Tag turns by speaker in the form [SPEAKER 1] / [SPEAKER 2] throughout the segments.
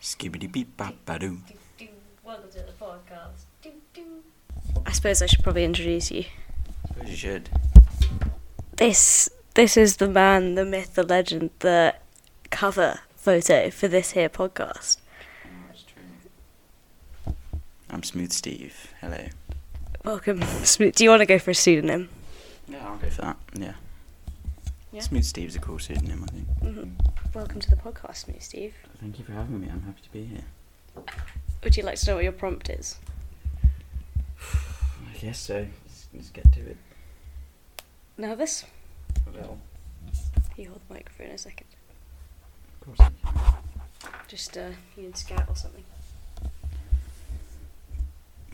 [SPEAKER 1] Skibbity beep bop ba doo.
[SPEAKER 2] Do, do, welcome to the podcast. Do, do.
[SPEAKER 3] I suppose I should probably introduce you.
[SPEAKER 1] You should.
[SPEAKER 3] This this is the man, the myth, the legend, the cover photo for this here podcast.
[SPEAKER 1] That's true. I'm Smooth Steve. Hello.
[SPEAKER 3] Welcome. Smo- Do you want to go for a pseudonym?
[SPEAKER 1] Yeah, I'll go for that. Yeah.
[SPEAKER 3] Yeah.
[SPEAKER 1] Smooth Steve's a cool pseudonym, I think.
[SPEAKER 2] Mm-hmm.
[SPEAKER 3] Welcome to the podcast, Moo Steve.
[SPEAKER 1] Thank you for having me. I'm happy to be here.
[SPEAKER 3] Would you like to know what your prompt is?
[SPEAKER 1] I guess so. Let's, let's get to it.
[SPEAKER 3] Nervous?
[SPEAKER 1] Well,
[SPEAKER 3] You hold the microphone a second.
[SPEAKER 1] of course.
[SPEAKER 3] Just uh, you and Scout or something.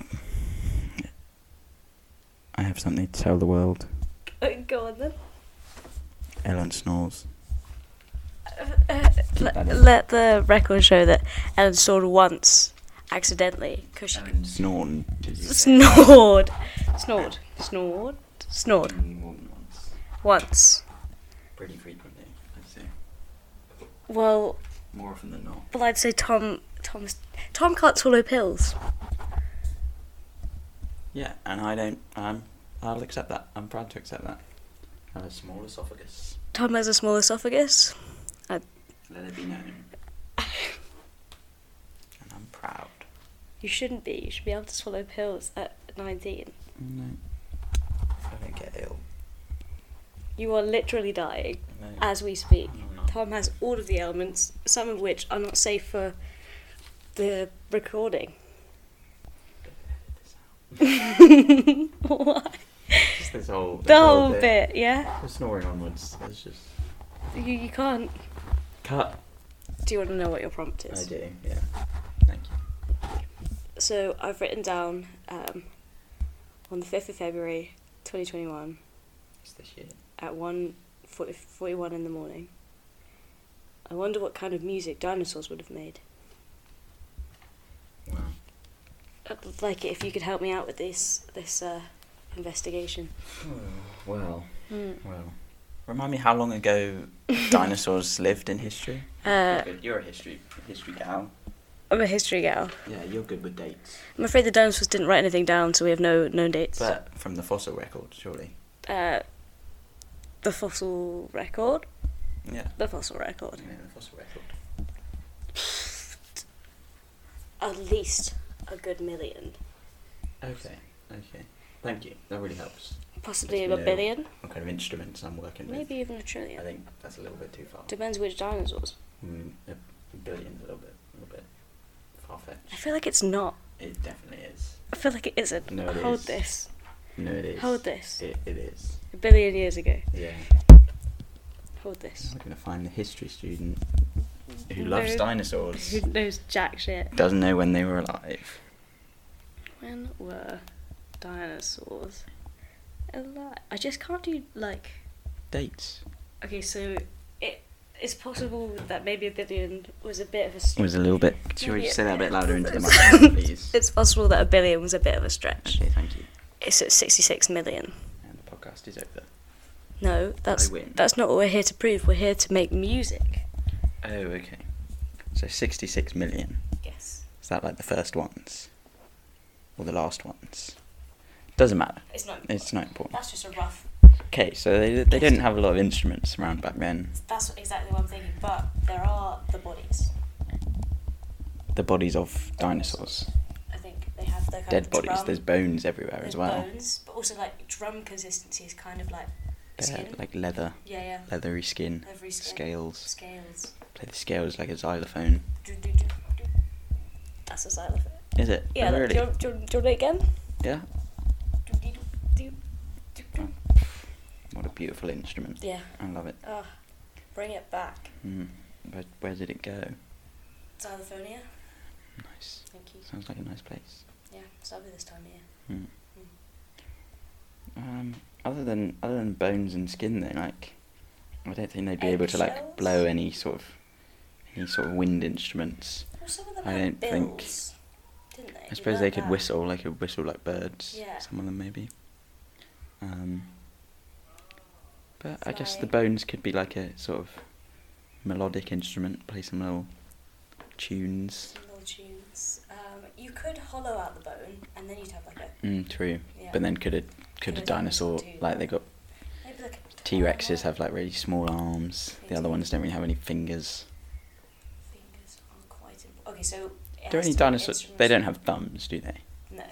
[SPEAKER 1] I have something to tell the world.
[SPEAKER 3] Oh, go on then.
[SPEAKER 1] Ellen snores.
[SPEAKER 3] let, let the record show that Ellen snored once accidentally because she
[SPEAKER 1] Ellen snorn.
[SPEAKER 3] snored, snored, snored, snored
[SPEAKER 1] More than once.
[SPEAKER 3] once.
[SPEAKER 1] Pretty frequently, I'd say.
[SPEAKER 3] Well,
[SPEAKER 1] More often than not.
[SPEAKER 3] well, I'd say Tom, Tom's, Tom can't swallow pills.
[SPEAKER 1] Yeah, and I don't. Um, I'll accept that. I'm proud to accept that. Have a small esophagus.
[SPEAKER 3] Tom has a small esophagus.
[SPEAKER 1] Let it be known. and I'm proud.
[SPEAKER 3] You shouldn't be. You should be able to swallow pills at 19.
[SPEAKER 1] No. I don't get ill.
[SPEAKER 3] You are literally dying
[SPEAKER 1] No.
[SPEAKER 3] as we speak.
[SPEAKER 1] No, I'm not.
[SPEAKER 3] Tom has all of the ailments, some of which are not safe for the recording. Why?
[SPEAKER 1] Just this whole.
[SPEAKER 3] The whole bit, yeah?
[SPEAKER 1] From snoring onwards. It's just.
[SPEAKER 3] You, you can't.
[SPEAKER 1] Cut.
[SPEAKER 3] Do you want to know what your prompt is?
[SPEAKER 1] I do, yeah. Thank you.
[SPEAKER 3] So I've written down um, on the 5th of February 2021
[SPEAKER 1] It's this year.
[SPEAKER 3] at 1 41 in the morning. I wonder what kind of music dinosaurs would have made.
[SPEAKER 1] Wow.
[SPEAKER 3] I'd Uh, like it if you could help me out with this this uh, investigation.
[SPEAKER 1] Well,
[SPEAKER 3] Hmm.
[SPEAKER 1] well. Remind me how long ago dinosaurs lived in history?
[SPEAKER 3] Uh,
[SPEAKER 1] You're good. You're a history history gal.
[SPEAKER 3] I'm a history gal.
[SPEAKER 1] Yeah, you're good with dates.
[SPEAKER 3] I'm afraid the dinosaurs didn't write anything down, so we have no known dates.
[SPEAKER 1] But from the fossil record, surely.
[SPEAKER 3] uh, the fossil record.
[SPEAKER 1] Yeah.
[SPEAKER 3] The fossil record.
[SPEAKER 1] You know, the fossil record.
[SPEAKER 3] At least a good million,
[SPEAKER 1] Okay. Okay. Thank you. That really helps.
[SPEAKER 3] possibly
[SPEAKER 1] Yes,
[SPEAKER 3] a
[SPEAKER 1] we know.
[SPEAKER 3] billion,
[SPEAKER 1] What kind of instruments I'm working
[SPEAKER 3] maybe even a
[SPEAKER 1] with? I
[SPEAKER 3] trillion.
[SPEAKER 1] think that's a little bit too far.
[SPEAKER 3] Depends which dinosaurs.
[SPEAKER 1] Mm, a billion's a little bit, a little bit far
[SPEAKER 3] I
[SPEAKER 1] fetched.
[SPEAKER 3] feel like it's not.
[SPEAKER 1] It definitely is.
[SPEAKER 3] I feel like it isn't.
[SPEAKER 1] No, it
[SPEAKER 3] Hold
[SPEAKER 1] is.
[SPEAKER 3] this.
[SPEAKER 1] No, it is.
[SPEAKER 3] Hold this.
[SPEAKER 1] It, it is.
[SPEAKER 3] A billion years ago.
[SPEAKER 1] Yeah.
[SPEAKER 3] Hold this.
[SPEAKER 1] I'm gonna find the history student who
[SPEAKER 3] No.
[SPEAKER 1] loves dinosaurs.
[SPEAKER 3] Who knows jack shit?
[SPEAKER 1] doesn't know when they were alive.
[SPEAKER 3] When were dinosaurs alive? I just can't do like.
[SPEAKER 1] Dates
[SPEAKER 3] Okay, so it it's possible that maybe a billion was a bit of a. s-
[SPEAKER 1] was a little bit. Should we
[SPEAKER 3] Maybe-
[SPEAKER 1] say that a bit louder into the microphone, please?
[SPEAKER 3] It's possible that a billion was a bit of a stretch.
[SPEAKER 1] Okay, thank you.
[SPEAKER 3] It's at 66 million.
[SPEAKER 1] And the podcast is over.
[SPEAKER 3] No, that's
[SPEAKER 1] win.
[SPEAKER 3] that's not what we're here to prove. We're here to make music.
[SPEAKER 1] Oh, okay. So 66 million.
[SPEAKER 3] Yes.
[SPEAKER 1] Is that like the first ones? Or the last ones? Doesn't matter.
[SPEAKER 3] It's not.
[SPEAKER 1] It's not important.
[SPEAKER 3] That's just a rough.
[SPEAKER 1] Okay, so they, they didn't have a lot of instruments around back then.
[SPEAKER 3] That's exactly what I'm thinking. But there are the bodies.
[SPEAKER 1] The bodies of dinosaurs,
[SPEAKER 3] I think they have the kind
[SPEAKER 1] dead
[SPEAKER 3] of
[SPEAKER 1] bodies.
[SPEAKER 3] drum,
[SPEAKER 1] There's bones everywhere as
[SPEAKER 3] there's
[SPEAKER 1] well.
[SPEAKER 3] bones, but also like drum consistency is kind of like
[SPEAKER 1] They're
[SPEAKER 3] skin.
[SPEAKER 1] like leather,
[SPEAKER 3] yeah, yeah.
[SPEAKER 1] leathery skin,
[SPEAKER 3] Every skin.
[SPEAKER 1] scales.
[SPEAKER 3] Scales.
[SPEAKER 1] Play the scales like a xylophone.
[SPEAKER 3] Do, do, do, do. That's a xylophone.
[SPEAKER 1] Is it?
[SPEAKER 3] Yeah.
[SPEAKER 1] really?
[SPEAKER 3] Do, you, want- do, you want- do you want it again?
[SPEAKER 1] Yeah.
[SPEAKER 3] Do, do, do, do, do.
[SPEAKER 1] What a beautiful instrument.
[SPEAKER 3] Yeah.
[SPEAKER 1] I love it.
[SPEAKER 3] Ah, bring it back.
[SPEAKER 1] Mm. Where, where did it go?
[SPEAKER 3] Xylophonia.
[SPEAKER 1] Nice.
[SPEAKER 3] Thank you.
[SPEAKER 1] Sounds like a nice place.
[SPEAKER 3] Yeah, it's lovely this time of year.
[SPEAKER 1] Mm. Um, other than other than bones and skin, though, like I don't think they'd be able to like
[SPEAKER 3] Eggshells?
[SPEAKER 1] blow any sort of any sort of wind instruments.
[SPEAKER 3] Well, some of them
[SPEAKER 1] I don't
[SPEAKER 3] had
[SPEAKER 1] think-
[SPEAKER 3] bills, Didn't they?
[SPEAKER 1] I
[SPEAKER 3] We
[SPEAKER 1] suppose they
[SPEAKER 3] learned
[SPEAKER 1] could
[SPEAKER 3] that.
[SPEAKER 1] whistle. They could whistle like birds.
[SPEAKER 3] Yeah.
[SPEAKER 1] Some of them maybe. Um, but I guess the
[SPEAKER 3] Flying.
[SPEAKER 1] bones could be like a sort of melodic instrument. Play some little tunes.
[SPEAKER 3] More tunes. Um, you could hollow out the bone, and then you'd have like a
[SPEAKER 1] Mm, true.
[SPEAKER 3] yeah.
[SPEAKER 1] But then could a could a dinosaur like they got
[SPEAKER 3] maybe like a
[SPEAKER 1] T Rexes have like really small arms. The other ones don't really have any fingers.
[SPEAKER 3] fingers aren't quite. Im- okay, so it
[SPEAKER 1] Do
[SPEAKER 3] has
[SPEAKER 1] any
[SPEAKER 3] to be
[SPEAKER 1] dinosaurs? They
[SPEAKER 3] instruments.
[SPEAKER 1] don't have thumbs, do they?
[SPEAKER 3] No, that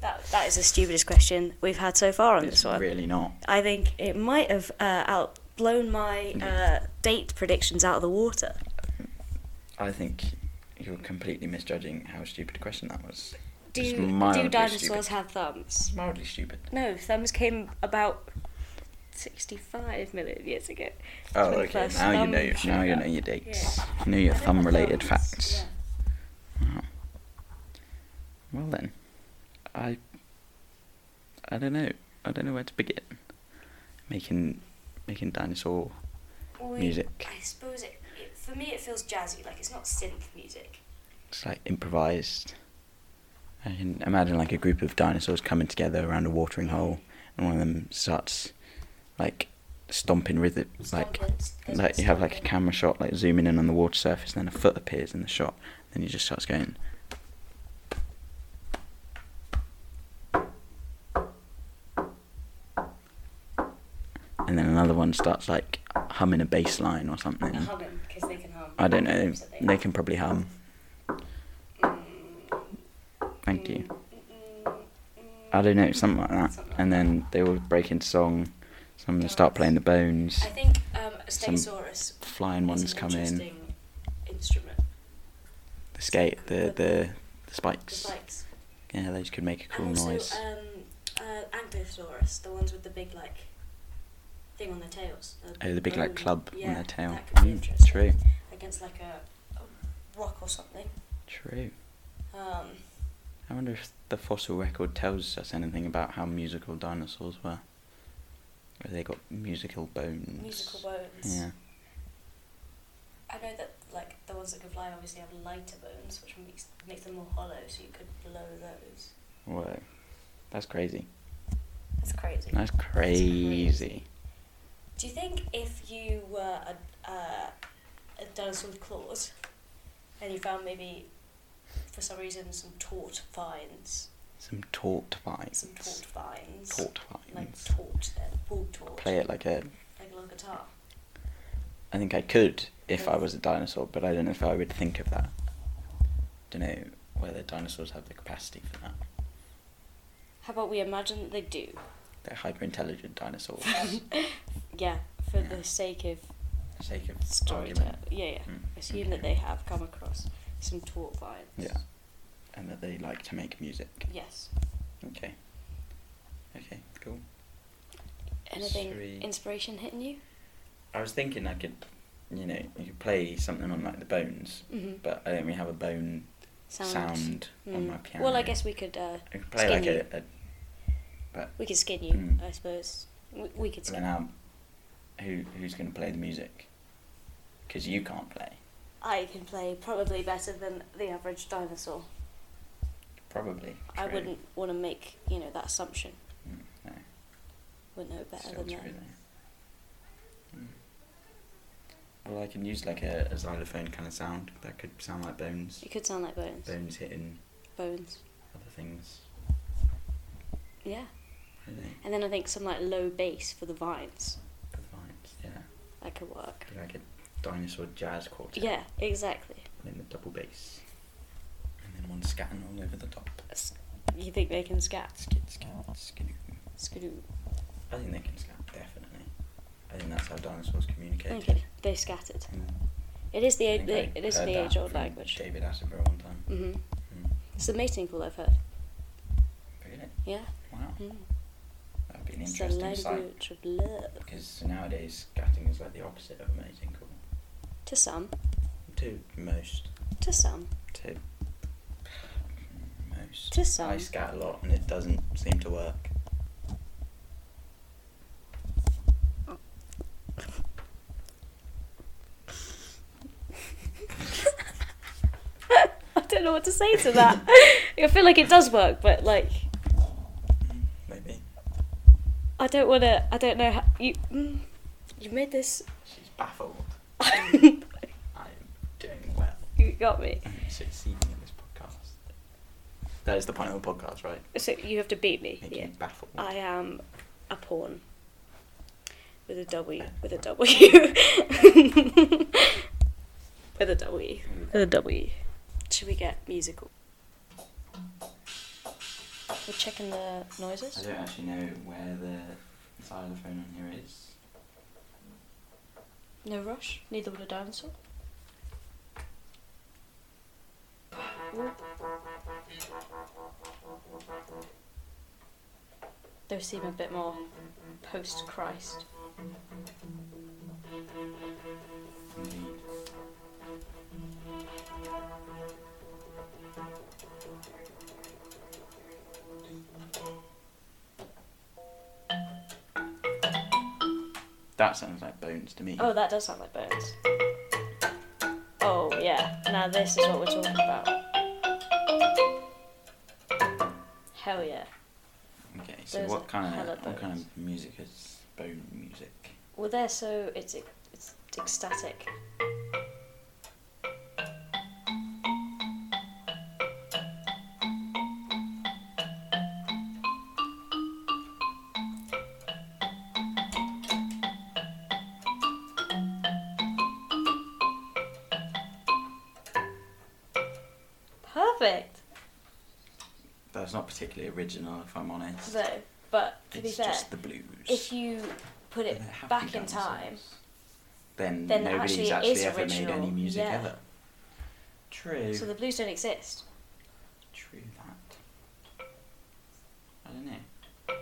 [SPEAKER 3] that
[SPEAKER 4] That is the stupidest question we've had so far on
[SPEAKER 1] It's
[SPEAKER 4] this one.
[SPEAKER 1] really not.
[SPEAKER 4] I think it might have uh, outblown my uh, date predictions out of the water.
[SPEAKER 1] I think you're completely misjudging how stupid a question that was.
[SPEAKER 4] Do,
[SPEAKER 1] It's
[SPEAKER 4] do
[SPEAKER 1] mildly
[SPEAKER 4] dinosaurs
[SPEAKER 1] stupid.
[SPEAKER 4] have thumbs?
[SPEAKER 1] It's mildly stupid.
[SPEAKER 4] No, thumbs came about 65 million years ago.
[SPEAKER 1] Oh,
[SPEAKER 4] When the
[SPEAKER 1] okay.
[SPEAKER 4] first
[SPEAKER 1] Now you
[SPEAKER 4] thumb
[SPEAKER 1] know. your-
[SPEAKER 4] showed
[SPEAKER 1] Now you
[SPEAKER 4] up.
[SPEAKER 1] know your dates.
[SPEAKER 4] Yeah.
[SPEAKER 1] You know your
[SPEAKER 3] I don't know
[SPEAKER 1] thumb-related
[SPEAKER 3] about thumbs,
[SPEAKER 1] facts. Wow. Well then, I I don't know. I don't know where to begin. Making making dinosaur
[SPEAKER 3] yeah. Or
[SPEAKER 1] music.
[SPEAKER 3] I suppose it, it for me it feels jazzy. Like it's not synth music.
[SPEAKER 1] It's like improvised. I can imagine like a group of dinosaurs coming together around a watering hole, and one of them starts like stomping rhythm, like like you have like a camera shot like zooming in on the water surface, and then a foot appears in the shot, then he just starts going. And then another one starts like humming a bass line or something.
[SPEAKER 3] humming because they can hum.
[SPEAKER 1] I don't know.
[SPEAKER 3] So
[SPEAKER 1] They can probably hum. Thank you. I don't know, something like that.
[SPEAKER 3] Mm, Something like
[SPEAKER 1] And then they all break into song. Some of them start playing the bones.
[SPEAKER 3] I think um, a
[SPEAKER 1] Some
[SPEAKER 3] Stegosaurus
[SPEAKER 1] Flying
[SPEAKER 3] is
[SPEAKER 1] ones
[SPEAKER 3] an
[SPEAKER 1] come in.
[SPEAKER 3] interesting instrument.
[SPEAKER 1] The skate, the the, the
[SPEAKER 3] The
[SPEAKER 1] spikes.
[SPEAKER 3] spikes.
[SPEAKER 1] Yeah, those could make a cool
[SPEAKER 3] and also,
[SPEAKER 1] noise.
[SPEAKER 3] um, uh, Ankylosaurus, the ones with the big like thing on their tails. uh,
[SPEAKER 1] Oh, the big like
[SPEAKER 3] bone,
[SPEAKER 1] club
[SPEAKER 3] um, yeah,
[SPEAKER 1] on their tail.
[SPEAKER 3] That could be
[SPEAKER 1] Mm,
[SPEAKER 3] interesting.
[SPEAKER 1] true,
[SPEAKER 3] Against like a, a rock or something.
[SPEAKER 1] true.
[SPEAKER 3] Um,
[SPEAKER 1] I wonder if the fossil record tells us anything about how musical dinosaurs were. Where they got musical bones.
[SPEAKER 3] musical bones.
[SPEAKER 1] Yeah.
[SPEAKER 3] I know that like the ones that can fly obviously have lighter bones, which makes makes them more hollow, so you could blow those.
[SPEAKER 1] Whoa. That's crazy.
[SPEAKER 3] That's crazy.
[SPEAKER 1] That's
[SPEAKER 3] crazy.
[SPEAKER 1] crazy.
[SPEAKER 3] Do you think if you were a, uh, a dinosaur with claws and you found maybe for some reason some taut vines,
[SPEAKER 1] Some taut vines.
[SPEAKER 3] some taut vines,
[SPEAKER 1] Taut
[SPEAKER 3] like
[SPEAKER 1] vines.
[SPEAKER 3] taut, uh, ball taut,
[SPEAKER 1] Play it like a.
[SPEAKER 3] like a little guitar?
[SPEAKER 1] I think I could if I was a dinosaur, but I don't know if I would think of that. Don't know whether dinosaurs have the capacity for that.
[SPEAKER 3] How about we imagine that they do?
[SPEAKER 1] They're hyper intelligent dinosaurs. for
[SPEAKER 3] Yeah, for
[SPEAKER 1] Yeah.
[SPEAKER 3] the sake of
[SPEAKER 1] the sake of
[SPEAKER 3] storytelling.
[SPEAKER 1] argument.
[SPEAKER 3] Yeah, yeah.
[SPEAKER 1] Mm,
[SPEAKER 3] Assume
[SPEAKER 1] okay.
[SPEAKER 3] that they have come across some taut vines.
[SPEAKER 1] Yeah. And that they like to make music.
[SPEAKER 3] Yes.
[SPEAKER 1] Okay. Okay, cool.
[SPEAKER 3] Anything
[SPEAKER 1] Three.
[SPEAKER 3] inspiration hitting you?
[SPEAKER 1] I was thinking I could, you know, you could play something on like the bones,
[SPEAKER 3] Mm-hmm.
[SPEAKER 1] but I don't really have a bone sound, on my piano.
[SPEAKER 3] Mm. Well, I guess we could uh,
[SPEAKER 1] I could play like
[SPEAKER 3] skinny.
[SPEAKER 1] a, a but
[SPEAKER 3] we could skin you,
[SPEAKER 1] Mm.
[SPEAKER 3] I suppose. We, we could
[SPEAKER 1] So
[SPEAKER 3] skin.
[SPEAKER 1] then um, who who's going to play the music? Because you can't play.
[SPEAKER 3] I can play probably better than the average dinosaur.
[SPEAKER 1] Probably.
[SPEAKER 3] I
[SPEAKER 1] True.
[SPEAKER 3] wouldn't want to make you know that assumption.
[SPEAKER 1] Mm, No.
[SPEAKER 3] Would know better
[SPEAKER 1] Still
[SPEAKER 3] than
[SPEAKER 1] true
[SPEAKER 3] that.
[SPEAKER 1] though. Mm. Well, I can use like a, a xylophone kind of sound. That could sound like bones.
[SPEAKER 3] It could sound like bones.
[SPEAKER 1] Bones hitting
[SPEAKER 3] Bones.
[SPEAKER 1] other things.
[SPEAKER 3] Yeah.
[SPEAKER 1] Really.
[SPEAKER 3] And then I think some like low bass for the vines.
[SPEAKER 1] The vibes. Yeah.
[SPEAKER 3] That could work.
[SPEAKER 1] Be like a dinosaur jazz quartet.
[SPEAKER 3] Yeah, exactly.
[SPEAKER 1] And then the double bass. And then one scatting all over the top.
[SPEAKER 3] S- You think they can scat?
[SPEAKER 1] Skid, skid,
[SPEAKER 3] Oh.
[SPEAKER 1] skid.
[SPEAKER 3] Skidoo.
[SPEAKER 1] I think they can scat, definitely. I think that's how dinosaurs communicate.
[SPEAKER 3] Okay, they scattered. It is the
[SPEAKER 1] I
[SPEAKER 3] a-
[SPEAKER 1] think
[SPEAKER 3] the-
[SPEAKER 1] I
[SPEAKER 3] it is
[SPEAKER 1] heard
[SPEAKER 3] the
[SPEAKER 1] that
[SPEAKER 3] age old
[SPEAKER 1] from
[SPEAKER 3] language.
[SPEAKER 1] David Attenborough one time.
[SPEAKER 3] hmm
[SPEAKER 1] Mm.
[SPEAKER 3] It's the mating call I've heard.
[SPEAKER 1] Really?
[SPEAKER 3] Yeah.
[SPEAKER 1] Wow.
[SPEAKER 3] Mm.
[SPEAKER 1] That would be an
[SPEAKER 3] It's the
[SPEAKER 1] interesting sight.
[SPEAKER 3] language of love.
[SPEAKER 1] Because nowadays, scatting is like the opposite of mating call.
[SPEAKER 3] To some,
[SPEAKER 1] To most.
[SPEAKER 3] to some,
[SPEAKER 1] To most.
[SPEAKER 3] To some.
[SPEAKER 1] I scat a lot and it doesn't seem to work.
[SPEAKER 3] I don't know what to say to that. I feel like it does work, but like
[SPEAKER 1] Mm, Maybe.
[SPEAKER 3] I don't want to. I don't know how you. Mm, you made this.
[SPEAKER 1] She's baffled.
[SPEAKER 3] you,
[SPEAKER 1] I'm doing well.
[SPEAKER 3] you got me.
[SPEAKER 1] I'm succeeding in this podcast. That is the point of the podcast, right?
[SPEAKER 3] So you have to beat me.
[SPEAKER 1] Making
[SPEAKER 3] Yeah.
[SPEAKER 1] you baffled.
[SPEAKER 3] I am a pawn. With a W. With a W. with a W. With a W. Should we get musical? We're checking the
[SPEAKER 1] I
[SPEAKER 3] noises.
[SPEAKER 1] don't actually know where the xylophone on here is.
[SPEAKER 3] No rush. Neither would a dinosaur. Those seem a bit more post Christ.
[SPEAKER 1] Indeed. That sounds like bones to me.
[SPEAKER 3] Oh, that does sound like bones. Oh, yeah. Now this is what we're talking about. Hell yeah.
[SPEAKER 1] okay, so
[SPEAKER 3] those
[SPEAKER 1] what kind
[SPEAKER 3] hella
[SPEAKER 1] of what kind
[SPEAKER 3] bones.
[SPEAKER 1] of music is bone music?
[SPEAKER 3] Well, they're so. It's, ec- it's ecstatic. Perfect!
[SPEAKER 1] That's not particularly original, if I'm honest.
[SPEAKER 3] No, but to
[SPEAKER 1] it's
[SPEAKER 3] be fair,
[SPEAKER 1] just the blues.
[SPEAKER 3] if you put it
[SPEAKER 1] And they're happy
[SPEAKER 3] back in
[SPEAKER 1] dancers.
[SPEAKER 3] time,
[SPEAKER 1] then,
[SPEAKER 3] then
[SPEAKER 1] nobody's
[SPEAKER 3] actually it
[SPEAKER 1] actually
[SPEAKER 3] is
[SPEAKER 1] ever made
[SPEAKER 3] original,
[SPEAKER 1] any music
[SPEAKER 3] yeah.
[SPEAKER 1] ever. True.
[SPEAKER 3] so the blues don't exist.
[SPEAKER 1] True that. I don't know.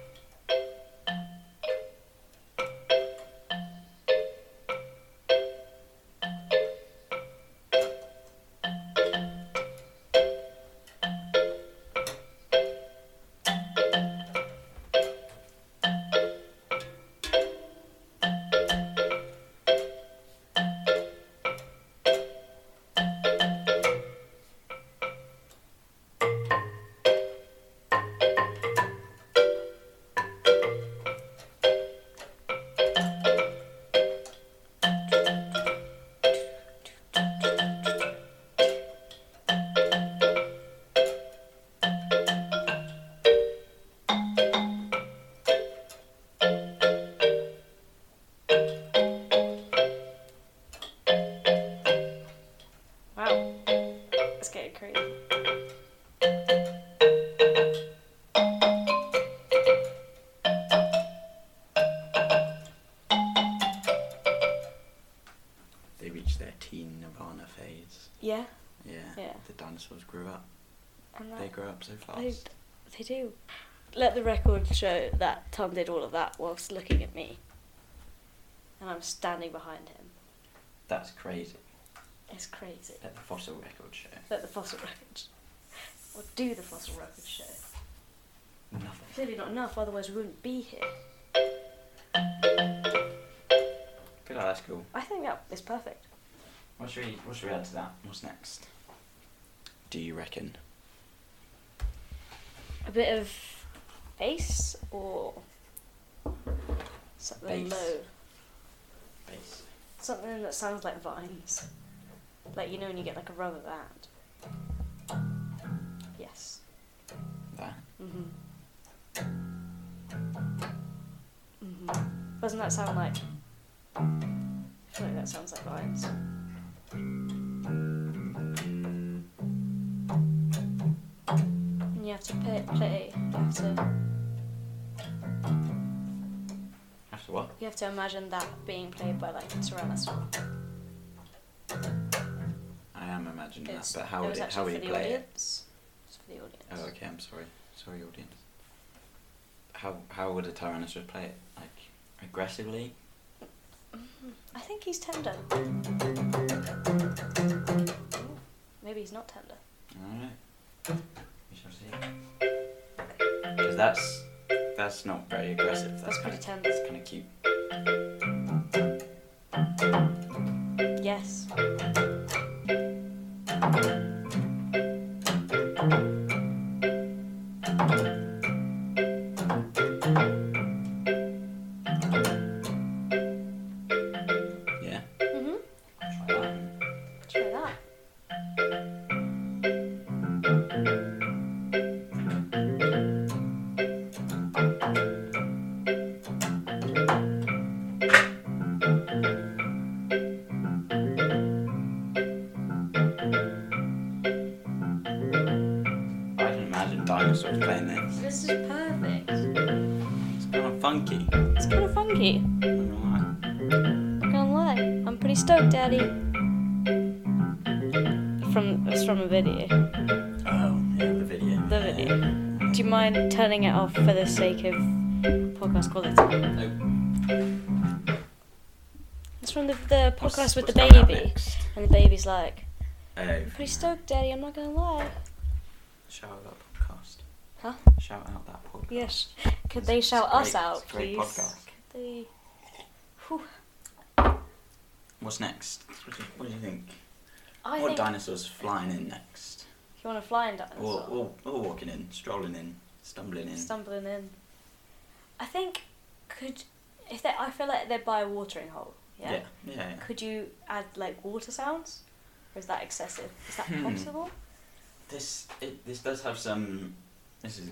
[SPEAKER 3] Wow. It's getting crazy.
[SPEAKER 1] They reached their teen nirvana phase.
[SPEAKER 3] Yeah,
[SPEAKER 1] Yeah.
[SPEAKER 3] Yeah.
[SPEAKER 1] The dinosaurs grew up.
[SPEAKER 3] and
[SPEAKER 1] They
[SPEAKER 3] that,
[SPEAKER 1] grew up so fast.
[SPEAKER 3] they, they do. Let the record show that Tom did all of that whilst looking at me. And I'm standing behind him.
[SPEAKER 1] That's crazy.
[SPEAKER 3] It's crazy.
[SPEAKER 1] At the fossil record show.
[SPEAKER 3] Let the fossil record. Or do the fossil record show.
[SPEAKER 1] Nothing.
[SPEAKER 3] Clearly not enough, otherwise we wouldn't be here.
[SPEAKER 1] Good, oh, that's cool.
[SPEAKER 3] I think that is perfect.
[SPEAKER 1] What should we What should we add to that? What's next? Do you reckon?
[SPEAKER 3] A bit of bass or something
[SPEAKER 1] Bass.
[SPEAKER 3] low.
[SPEAKER 1] Bass.
[SPEAKER 3] Something that sounds like vines. Like you know when you get like a rubber band. Yes.
[SPEAKER 1] That.
[SPEAKER 3] Mm-hmm. Mm-hmm. Doesn't that sound like? I feel like that sounds like vines. And you have to play, play. You have to,
[SPEAKER 1] After what?
[SPEAKER 3] you have to imagine that being played by like a tyrannosaurus.
[SPEAKER 1] I am imagining
[SPEAKER 3] It's-
[SPEAKER 1] that, but how
[SPEAKER 3] it
[SPEAKER 1] would
[SPEAKER 3] was
[SPEAKER 1] it,
[SPEAKER 3] actually
[SPEAKER 1] how would
[SPEAKER 3] for
[SPEAKER 1] it
[SPEAKER 3] the
[SPEAKER 1] play it?
[SPEAKER 3] audience. It's for the audience.
[SPEAKER 1] Oh, okay. I'm sorry. Sorry, audience. How How would a tyrannosaurus play it? Like aggressively?
[SPEAKER 3] I think he's tender. Maybe he's not tender.
[SPEAKER 1] Alright. We shall see. 'Cause that's that's not very aggressive. That's
[SPEAKER 3] That's
[SPEAKER 1] kind
[SPEAKER 3] pretty
[SPEAKER 1] of
[SPEAKER 3] tender.
[SPEAKER 1] that's kind of cute.
[SPEAKER 3] Yes.
[SPEAKER 1] Yeah.
[SPEAKER 3] Mhm.
[SPEAKER 1] Try that.
[SPEAKER 3] Mm-hmm. Try that.
[SPEAKER 1] That's what I'm playing next.
[SPEAKER 2] This is perfect.
[SPEAKER 1] It's kind of funky.
[SPEAKER 3] It's kind of funky.
[SPEAKER 1] I'm not gonna lie.
[SPEAKER 3] Not gonna lie, I'm pretty stoked, Daddy. From it's from a video.
[SPEAKER 1] Oh, yeah, the video.
[SPEAKER 3] The video. Do you mind turning it off for the sake of podcast quality?
[SPEAKER 1] No.
[SPEAKER 3] It's from the, the
[SPEAKER 1] What's-
[SPEAKER 3] podcast with the
[SPEAKER 1] what's coming up
[SPEAKER 3] baby,
[SPEAKER 1] next?
[SPEAKER 3] and the baby's like,
[SPEAKER 1] Oh,
[SPEAKER 3] "I'm pretty stoked, Daddy. I'm not gonna lie."
[SPEAKER 1] shout out that podcast.
[SPEAKER 3] Huh?
[SPEAKER 1] Shout out that podcast.
[SPEAKER 3] Yes. Could
[SPEAKER 1] It's-
[SPEAKER 3] they
[SPEAKER 1] it's
[SPEAKER 3] shout
[SPEAKER 1] great-
[SPEAKER 3] us out,
[SPEAKER 1] it's a great
[SPEAKER 3] please?
[SPEAKER 1] podcast.
[SPEAKER 3] Could they?
[SPEAKER 1] What's next? What do you, what do you think?
[SPEAKER 3] I
[SPEAKER 1] what
[SPEAKER 3] think
[SPEAKER 1] dinosaur's flying in next?
[SPEAKER 3] you want to fly in
[SPEAKER 1] Or,
[SPEAKER 3] dinosaur.
[SPEAKER 1] or, or walking in, strolling in, stumbling in.
[SPEAKER 3] Stumbling in. I think could if they. I feel like they're by a watering hole. Yeah.
[SPEAKER 1] yeah, yeah. yeah.
[SPEAKER 3] Could you add like water sounds, or is that excessive? Is that
[SPEAKER 1] Hmm.
[SPEAKER 3] possible?
[SPEAKER 1] This it, this does have some. This is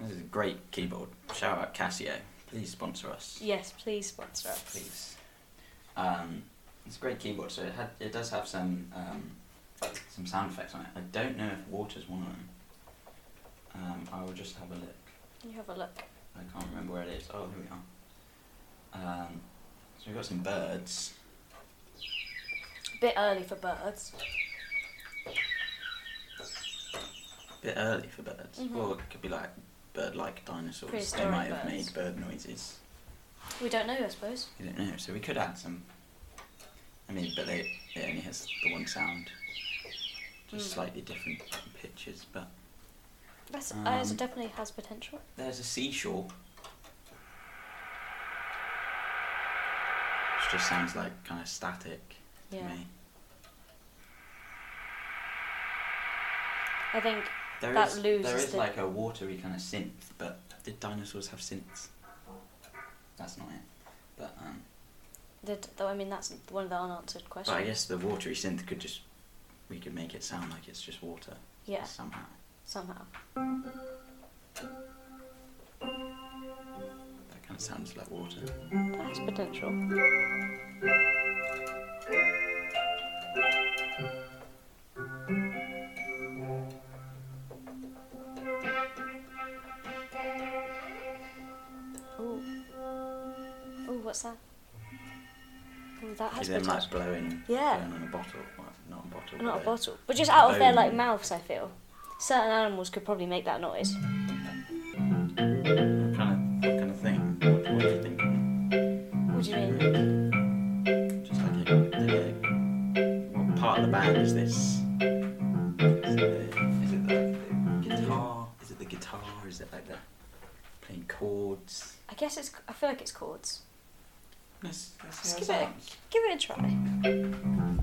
[SPEAKER 1] this is a great keyboard. Shout out Casio. Please sponsor us.
[SPEAKER 3] Yes, please sponsor us.
[SPEAKER 1] Please. Um, it's a great keyboard. So it had it does have some um, some sound effects on it. I don't know if water's one of them. Um, I will just have a look.
[SPEAKER 3] You have a look.
[SPEAKER 1] I can't remember where it is. Oh, here we are. Um, so we've got some birds.
[SPEAKER 3] Bit early for birds.
[SPEAKER 1] bit early for birds.
[SPEAKER 3] Mhm.
[SPEAKER 1] Well, it could be like bird-like dinosaurs. they
[SPEAKER 3] Prehistoric
[SPEAKER 1] might have
[SPEAKER 3] birds.
[SPEAKER 1] made bird noises.
[SPEAKER 3] We don't know, I suppose.
[SPEAKER 1] You don't know. So we could add some. I mean, but they it only has the one sound, just
[SPEAKER 3] Mm.
[SPEAKER 1] slightly different pitches. But
[SPEAKER 3] That's
[SPEAKER 1] Um,
[SPEAKER 3] ours definitely has potential.
[SPEAKER 1] there's a seashore. Which just sounds like kind of static
[SPEAKER 3] Yeah.
[SPEAKER 1] to me.
[SPEAKER 3] I think
[SPEAKER 1] There is
[SPEAKER 3] That loses
[SPEAKER 1] there is
[SPEAKER 3] the-
[SPEAKER 1] like a watery kind of synth, but did dinosaurs have synths? That's not it. But um.
[SPEAKER 3] that though I mean that's one of the unanswered
[SPEAKER 1] But
[SPEAKER 3] questions.
[SPEAKER 1] I guess the watery synth could just we could make it sound like it's just water
[SPEAKER 3] Yeah,
[SPEAKER 1] somehow.
[SPEAKER 3] somehow.
[SPEAKER 1] That kind of sounds like water.
[SPEAKER 3] That has potential. Oh. Oh, what's that? Oh, that
[SPEAKER 1] Give
[SPEAKER 3] has
[SPEAKER 1] them
[SPEAKER 3] potential.
[SPEAKER 1] like blowing,
[SPEAKER 3] Yeah.
[SPEAKER 1] blowing on a bottle, well, not a bottle. but
[SPEAKER 3] Not a
[SPEAKER 1] a-
[SPEAKER 3] bottle, but just out of their like
[SPEAKER 1] Bone.
[SPEAKER 3] mouths. I feel certain animals could probably make that noise.
[SPEAKER 1] That kind of kind of thing. What, what do you think?
[SPEAKER 3] What do you mean?
[SPEAKER 1] Just like it, the, what part of the band is this? Is it the, is it the, the guitar? Is it the guitar? Is it like the playing chords?
[SPEAKER 3] I guess it's. I feel like it's chords.
[SPEAKER 1] Let's, let's
[SPEAKER 3] Just
[SPEAKER 1] see
[SPEAKER 3] give
[SPEAKER 1] how
[SPEAKER 3] it.
[SPEAKER 1] it
[SPEAKER 3] A,
[SPEAKER 1] sounds.
[SPEAKER 3] give it a try.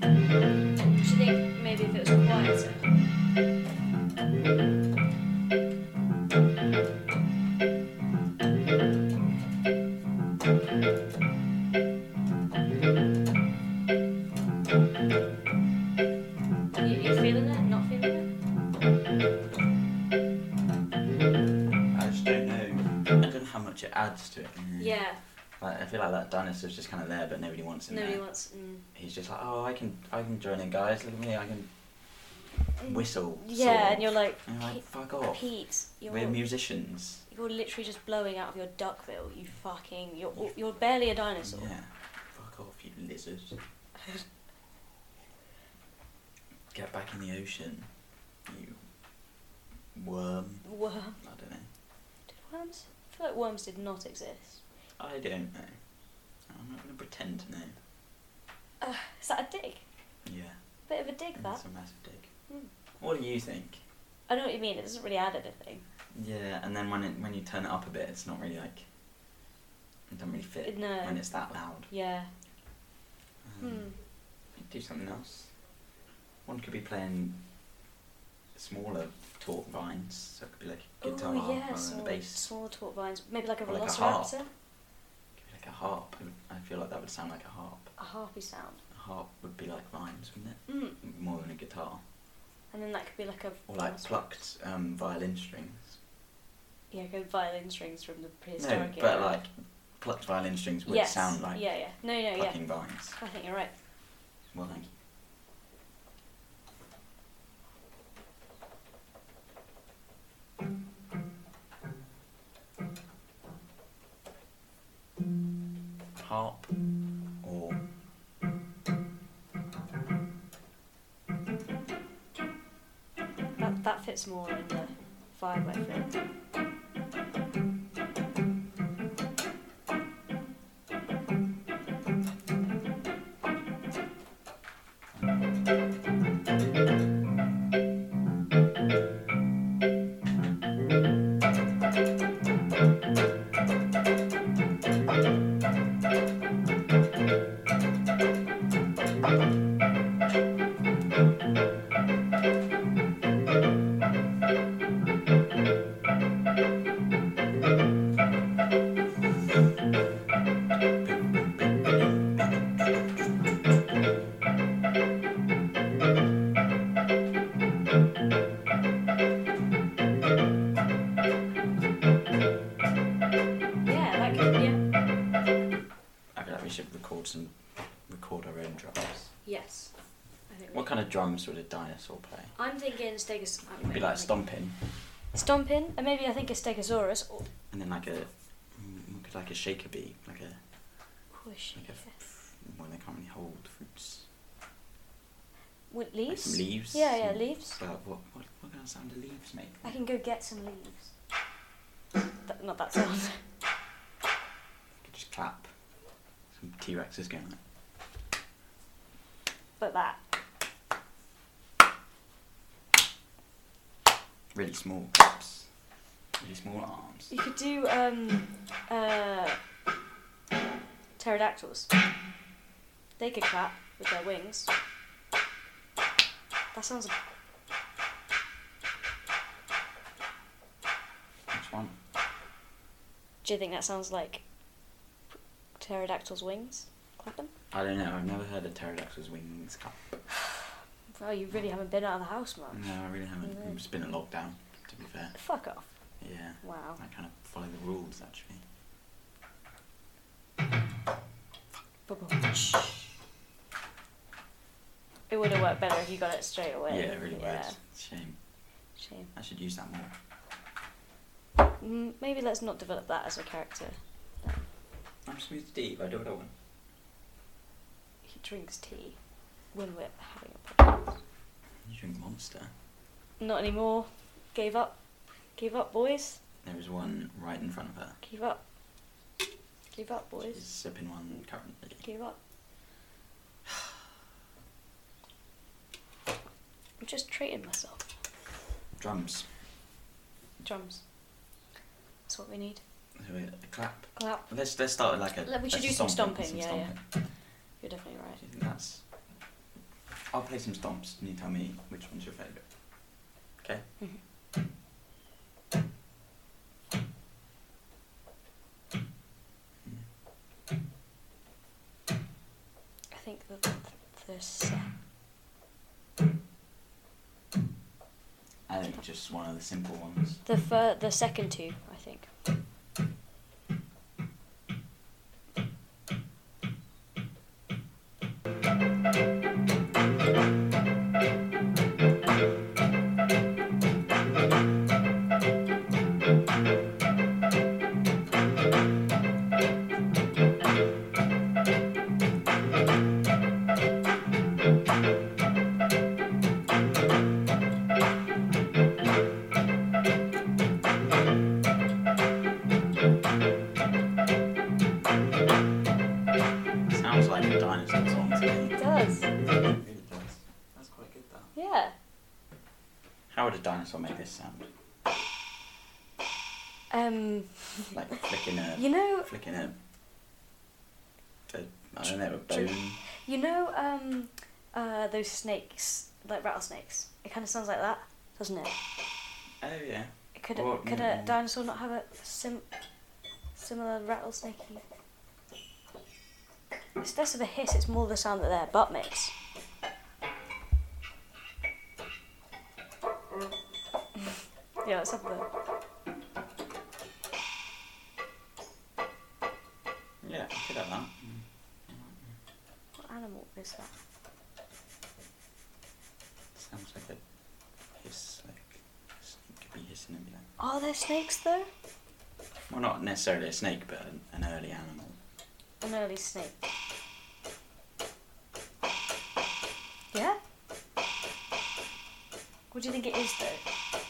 [SPEAKER 2] Do you think maybe if it was quieter? You, you feeling it? Not feeling it?
[SPEAKER 1] I just don't know. I don't know how much it adds to it.
[SPEAKER 2] Yeah.
[SPEAKER 1] Like, I feel like that dinosaur's just kind of there, but nobody wants him
[SPEAKER 3] Nobody
[SPEAKER 1] there.
[SPEAKER 3] wants. Mm,
[SPEAKER 1] He's just like, oh, I can, I can join in, guys. Look at me, I can whistle. sort
[SPEAKER 3] Mm. yeah,
[SPEAKER 1] of."
[SPEAKER 3] and you're like,
[SPEAKER 1] and you're like, oh,
[SPEAKER 3] "Pete-
[SPEAKER 1] fuck off.
[SPEAKER 3] Pete, you're
[SPEAKER 1] We're musicians.
[SPEAKER 3] you're literally just blowing out of your duck bill. You fucking, you're you're barely a dinosaur.
[SPEAKER 1] Yeah. Fuck off, you lizards. Get back in the ocean, you worm.
[SPEAKER 3] Worm.
[SPEAKER 1] I don't know.
[SPEAKER 3] Did worms? I feel like worms did not exist.
[SPEAKER 1] I don't know. I'm not gonna pretend to know.
[SPEAKER 3] Is that a dig?
[SPEAKER 1] Yeah.
[SPEAKER 3] Bit of a dig that.
[SPEAKER 1] That's a massive dig.
[SPEAKER 3] Mm.
[SPEAKER 1] What do you think?
[SPEAKER 3] I know what you mean. It doesn't really add anything.
[SPEAKER 1] Yeah, and then when it when you turn it up a bit, it's not really like it doesn't really fit
[SPEAKER 3] No.
[SPEAKER 1] when it's that loud.
[SPEAKER 3] Yeah.
[SPEAKER 1] Um,
[SPEAKER 3] Hmm.
[SPEAKER 1] Do something else. One could be playing smaller talk vines, so it could be like a guitar
[SPEAKER 3] Oh yeah,
[SPEAKER 1] rather than a
[SPEAKER 3] small,
[SPEAKER 1] bass.
[SPEAKER 3] small talk vines. Maybe like a
[SPEAKER 1] Or like a
[SPEAKER 3] velociraptor.
[SPEAKER 1] harp. It could be like a harp. It would- I feel like that would sound like a harp.
[SPEAKER 3] a harpy sound.
[SPEAKER 1] A harp would be like vines, wouldn't
[SPEAKER 3] Mm.
[SPEAKER 1] it? More than a guitar,
[SPEAKER 3] And then that could be like a
[SPEAKER 1] or like
[SPEAKER 3] dinosaur.
[SPEAKER 1] plucked um, violin strings.
[SPEAKER 3] Yeah, go violin strings from the
[SPEAKER 1] No,
[SPEAKER 3] prehistoric
[SPEAKER 1] but
[SPEAKER 3] era.
[SPEAKER 1] like plucked violin strings would
[SPEAKER 3] yes.
[SPEAKER 1] sound like
[SPEAKER 3] Yeah, yeah. No, no, yeah.
[SPEAKER 1] plucking vines.
[SPEAKER 3] I think you're right.
[SPEAKER 1] Well, thank you. Harp or
[SPEAKER 3] That that fits more in the vibe, I think. Yeah, that could yeah.
[SPEAKER 1] I feel like we should record some, record our own drums.
[SPEAKER 3] Yes. I think
[SPEAKER 1] What kind of drums would a dinosaur play?
[SPEAKER 3] I'm thinking stegos. I
[SPEAKER 1] It'd be like stomping,
[SPEAKER 3] stomping, and maybe I think a stegosaurus or
[SPEAKER 1] and then like a, mm, could like a shaker be like a,
[SPEAKER 3] push.
[SPEAKER 1] like a, f- when they can't really hold fruits.
[SPEAKER 3] With
[SPEAKER 1] Like
[SPEAKER 3] leaves.
[SPEAKER 1] some leaves.
[SPEAKER 3] Yeah, yeah,
[SPEAKER 1] and-
[SPEAKER 3] leaves.
[SPEAKER 1] But what, what, what kind of sound do leaves make?
[SPEAKER 3] I can go get some leaves. That, not that sound.
[SPEAKER 1] could just clap. Some T Rex is going like.
[SPEAKER 3] but that.
[SPEAKER 1] Really small claps. Really small arms.
[SPEAKER 3] You could do um, uh, pterodactyls. They could clap with their wings. That sounds.
[SPEAKER 1] Which one?
[SPEAKER 3] Do you think that sounds like pterodactyls' wings clapping?
[SPEAKER 1] I don't know. I've never heard a pterodactyl's wings clap.
[SPEAKER 3] Well, Oh, you really haven't been out of the house much.
[SPEAKER 1] No, I really haven't.
[SPEAKER 3] No.
[SPEAKER 1] It's been a lockdown, to be fair.
[SPEAKER 3] Fuck off.
[SPEAKER 1] Yeah.
[SPEAKER 3] Wow.
[SPEAKER 1] I kind of follow the rules actually.
[SPEAKER 3] It would have worked better if you got it straight away.
[SPEAKER 1] yeah, it really
[SPEAKER 3] Yeah.
[SPEAKER 1] works. Shame.
[SPEAKER 3] Shame.
[SPEAKER 1] I should use that more.
[SPEAKER 3] Mm, Maybe let's not develop that as a character.
[SPEAKER 1] I'm smooth Steve. I do what I want.
[SPEAKER 3] He drinks tea when we're having a podcast.
[SPEAKER 1] You drink Monster.
[SPEAKER 3] Not anymore. Gave up. Gave up, boys.
[SPEAKER 1] There was one right in front of her.
[SPEAKER 3] Give up. Give up,
[SPEAKER 1] She's
[SPEAKER 3] boys.
[SPEAKER 1] sipping one currently.
[SPEAKER 3] Give up. I'm just treating myself.
[SPEAKER 1] Drums.
[SPEAKER 3] Drums. That's what we need.
[SPEAKER 1] So a, a clap.
[SPEAKER 3] Clap.
[SPEAKER 1] Let's let's start with like a.
[SPEAKER 3] Let- we should
[SPEAKER 1] a
[SPEAKER 3] do some
[SPEAKER 1] stomping,
[SPEAKER 3] stomping, yeah, yeah.
[SPEAKER 1] stomping.
[SPEAKER 3] You're definitely right.
[SPEAKER 1] Do you think that's? I'll play some stomps, and you tell me which one's your favourite. Okay.
[SPEAKER 3] Mm-hmm.
[SPEAKER 1] Mm.
[SPEAKER 3] I think the, the, the set.
[SPEAKER 1] I think just one of the simple ones.
[SPEAKER 3] The fir- the second two, I think.
[SPEAKER 1] Sounds like a dinosaur song to me.
[SPEAKER 3] It does.
[SPEAKER 1] It really does. That's quite good though.
[SPEAKER 3] Yeah.
[SPEAKER 1] How would a dinosaur make this sound?
[SPEAKER 3] Um.
[SPEAKER 1] Like flicking a
[SPEAKER 3] You know.
[SPEAKER 1] flicking a, a I don't know a bone.
[SPEAKER 3] You know. Um. Uh. Those snakes, like rattlesnakes. It kind of sounds like that, doesn't it?
[SPEAKER 1] Oh yeah.
[SPEAKER 3] Could
[SPEAKER 1] Well,
[SPEAKER 3] could
[SPEAKER 1] yeah.
[SPEAKER 3] a dinosaur not have a sim similar rattlesnakey? It's less of a hiss. It's more the sound that their butt makes. yeah, let's have the
[SPEAKER 1] Mm. sound? Sounds like a hiss, like a snake could be hissing and be like.
[SPEAKER 4] Are there snakes though?
[SPEAKER 1] Well, not necessarily a snake, but an, an early animal.
[SPEAKER 4] An early snake. Yeah?
[SPEAKER 3] What do you think it is, though?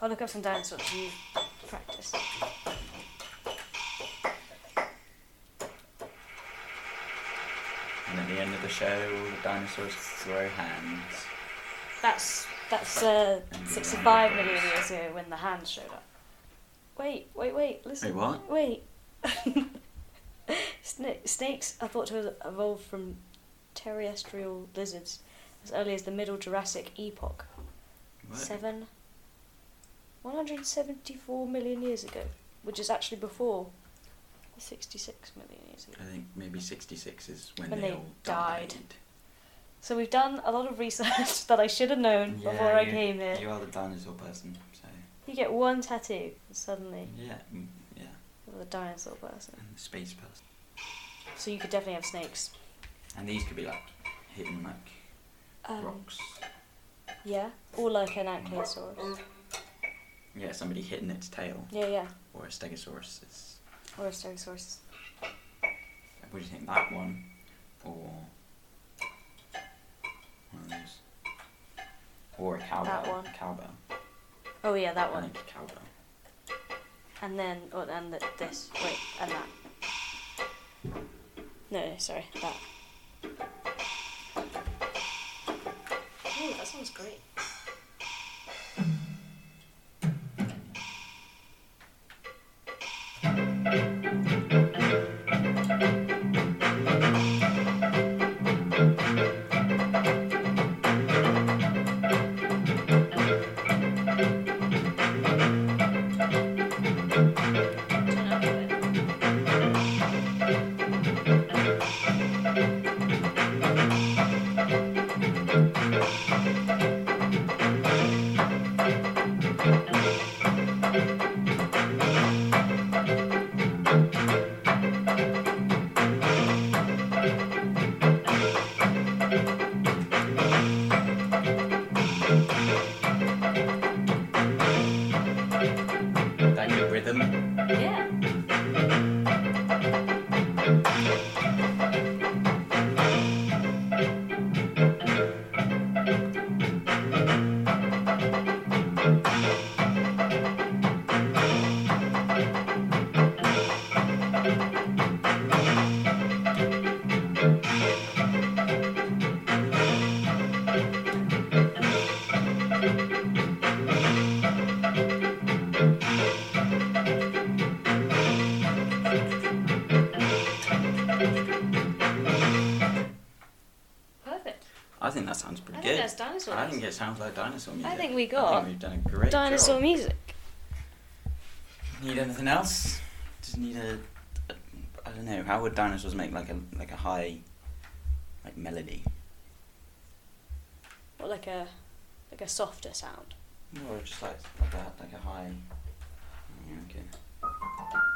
[SPEAKER 3] I'll look up some dinosaurs. You practice.
[SPEAKER 1] And at the end of the show, all the dinosaurs throw hands.
[SPEAKER 3] That's that's uh, 65 million years ago when the hands showed up. Wait, wait, wait. Listen.
[SPEAKER 1] Wait, what?
[SPEAKER 3] Wait. Sna- snakes are thought to have evolved from terrestrial lizards as early as the Middle Jurassic epoch,
[SPEAKER 1] What?
[SPEAKER 3] seven, 174 million years ago, which is actually before 66 million years ago.
[SPEAKER 1] I think maybe 66 is when,
[SPEAKER 3] When
[SPEAKER 1] they,
[SPEAKER 3] they
[SPEAKER 1] all
[SPEAKER 3] died.
[SPEAKER 1] died.
[SPEAKER 3] So we've done a lot of research that I should have known
[SPEAKER 1] Yeah,
[SPEAKER 3] before I
[SPEAKER 1] you-
[SPEAKER 3] came here. You,
[SPEAKER 1] You are the dinosaur person, so.
[SPEAKER 3] get one tattoo, and suddenly
[SPEAKER 1] Yeah, mm, yeah.
[SPEAKER 3] you're the dinosaur person.
[SPEAKER 1] And the space person.
[SPEAKER 3] So you could definitely have snakes.
[SPEAKER 1] And these could be like hidden like
[SPEAKER 3] Um,
[SPEAKER 1] rocks.
[SPEAKER 3] yeah, or like an ankylosaurus.
[SPEAKER 1] Yeah, somebody hitting its tail.
[SPEAKER 3] Yeah, yeah,
[SPEAKER 1] Or a stegosaurus. Is,
[SPEAKER 3] or a stegosaurus.
[SPEAKER 1] what do you think? That one? Or. One of those. Or a cowbell.
[SPEAKER 3] That one.
[SPEAKER 1] Cowbell.
[SPEAKER 3] Oh yeah, that
[SPEAKER 1] I
[SPEAKER 3] one.
[SPEAKER 1] think a cowbell.
[SPEAKER 3] And then, oh, and th this. Wait, and that. No, no, sorry, that. Oh, that sounds great.
[SPEAKER 2] Turn up a bit.
[SPEAKER 1] That good rhythm.
[SPEAKER 2] Yeah.
[SPEAKER 3] Perfect.
[SPEAKER 1] I think that sounds pretty
[SPEAKER 3] I
[SPEAKER 1] good.
[SPEAKER 3] think that's dinosaur.
[SPEAKER 1] I
[SPEAKER 3] music.
[SPEAKER 1] think it sounds like dinosaur music.
[SPEAKER 3] think we got
[SPEAKER 1] we've done a great
[SPEAKER 3] Dinosaur
[SPEAKER 1] job.
[SPEAKER 3] music.
[SPEAKER 1] Need anything else? Just need a, a. I don't know. How would dinosaurs make like a like a high, like melody?
[SPEAKER 3] Or like a, like a softer sound.
[SPEAKER 1] Or just like like a like a high. Yeah, Okay.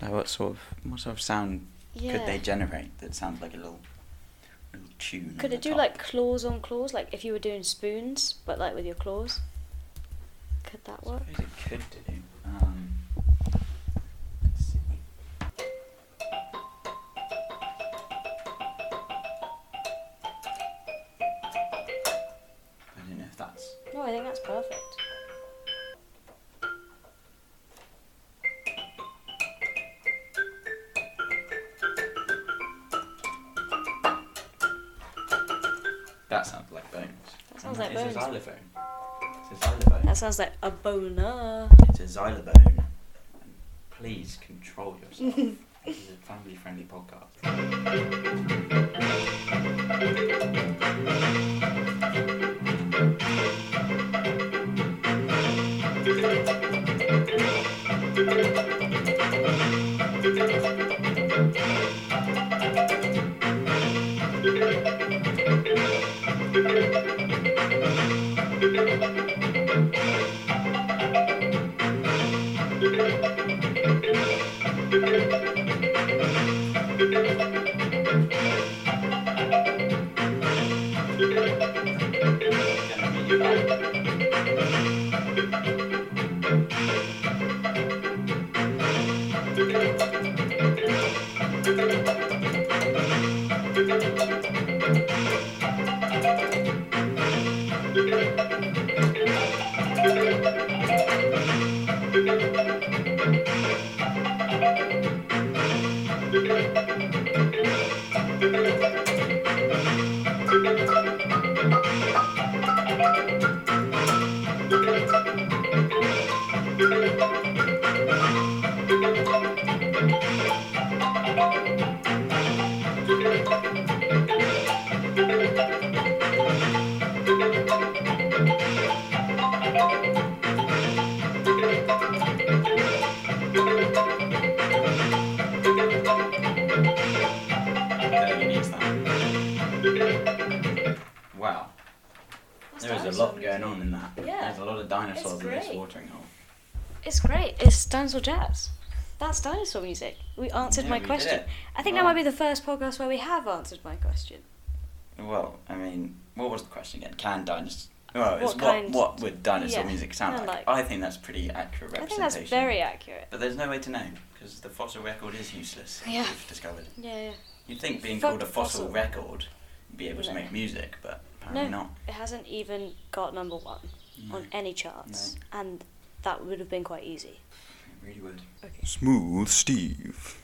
[SPEAKER 1] Like what sort of what sort of sound
[SPEAKER 3] Yeah.
[SPEAKER 1] could they generate that sounds like a little little tune? on
[SPEAKER 3] Could
[SPEAKER 1] the
[SPEAKER 3] it do
[SPEAKER 1] top?
[SPEAKER 3] like claws on claws, like if you were doing spoons, but like with your claws? Could that work?
[SPEAKER 1] I suppose it could do. Um, let's see. I don't know if that's.
[SPEAKER 3] No, Oh, I think that's perfect.
[SPEAKER 1] That sounds like bones.
[SPEAKER 3] That sounds like
[SPEAKER 1] It's a
[SPEAKER 3] bones.
[SPEAKER 1] xylophone. It's a xylophone.
[SPEAKER 3] That sounds like a boner.
[SPEAKER 1] It's a xylophone. And please control yourself. this is a family friendly podcast. Nobody needs that. Wow,
[SPEAKER 3] That's
[SPEAKER 1] there is a
[SPEAKER 3] dinosaur
[SPEAKER 1] lot
[SPEAKER 3] music.
[SPEAKER 1] going on in that.
[SPEAKER 3] Yeah.
[SPEAKER 1] There's a lot of dinosaurs in this
[SPEAKER 3] great.
[SPEAKER 1] watering hole.
[SPEAKER 3] It's great. It's dinosaur jazz. That's dinosaur music. We answered
[SPEAKER 1] Yeah,
[SPEAKER 3] my
[SPEAKER 1] we did
[SPEAKER 3] question.
[SPEAKER 1] it.
[SPEAKER 3] I think that
[SPEAKER 1] Wow.
[SPEAKER 3] might be the first podcast where we have answered my question.
[SPEAKER 1] Well, I mean, what was the question again? Can dinosaurs? Well, it's
[SPEAKER 3] What
[SPEAKER 1] what,
[SPEAKER 3] kind-
[SPEAKER 1] what would dinosaur
[SPEAKER 3] yeah,
[SPEAKER 1] music sound
[SPEAKER 3] sound
[SPEAKER 1] like?
[SPEAKER 3] like.
[SPEAKER 1] I think that's pretty accurate
[SPEAKER 3] I think
[SPEAKER 1] representation.
[SPEAKER 3] that's very accurate.
[SPEAKER 1] But there's no way to know because the fossil record is useless.
[SPEAKER 3] Yeah.
[SPEAKER 1] We've discovered.
[SPEAKER 3] Yeah, yeah.
[SPEAKER 1] You'd think being
[SPEAKER 3] Fuck
[SPEAKER 1] called a
[SPEAKER 3] the
[SPEAKER 1] fossil,
[SPEAKER 3] fossil.
[SPEAKER 1] record would be able to
[SPEAKER 3] No.
[SPEAKER 1] make music, but apparently not.
[SPEAKER 3] It hasn't even got number one
[SPEAKER 1] No,
[SPEAKER 3] on any charts, and that would have been quite easy.
[SPEAKER 1] it really would.
[SPEAKER 3] Okay.
[SPEAKER 5] Smooth Steve.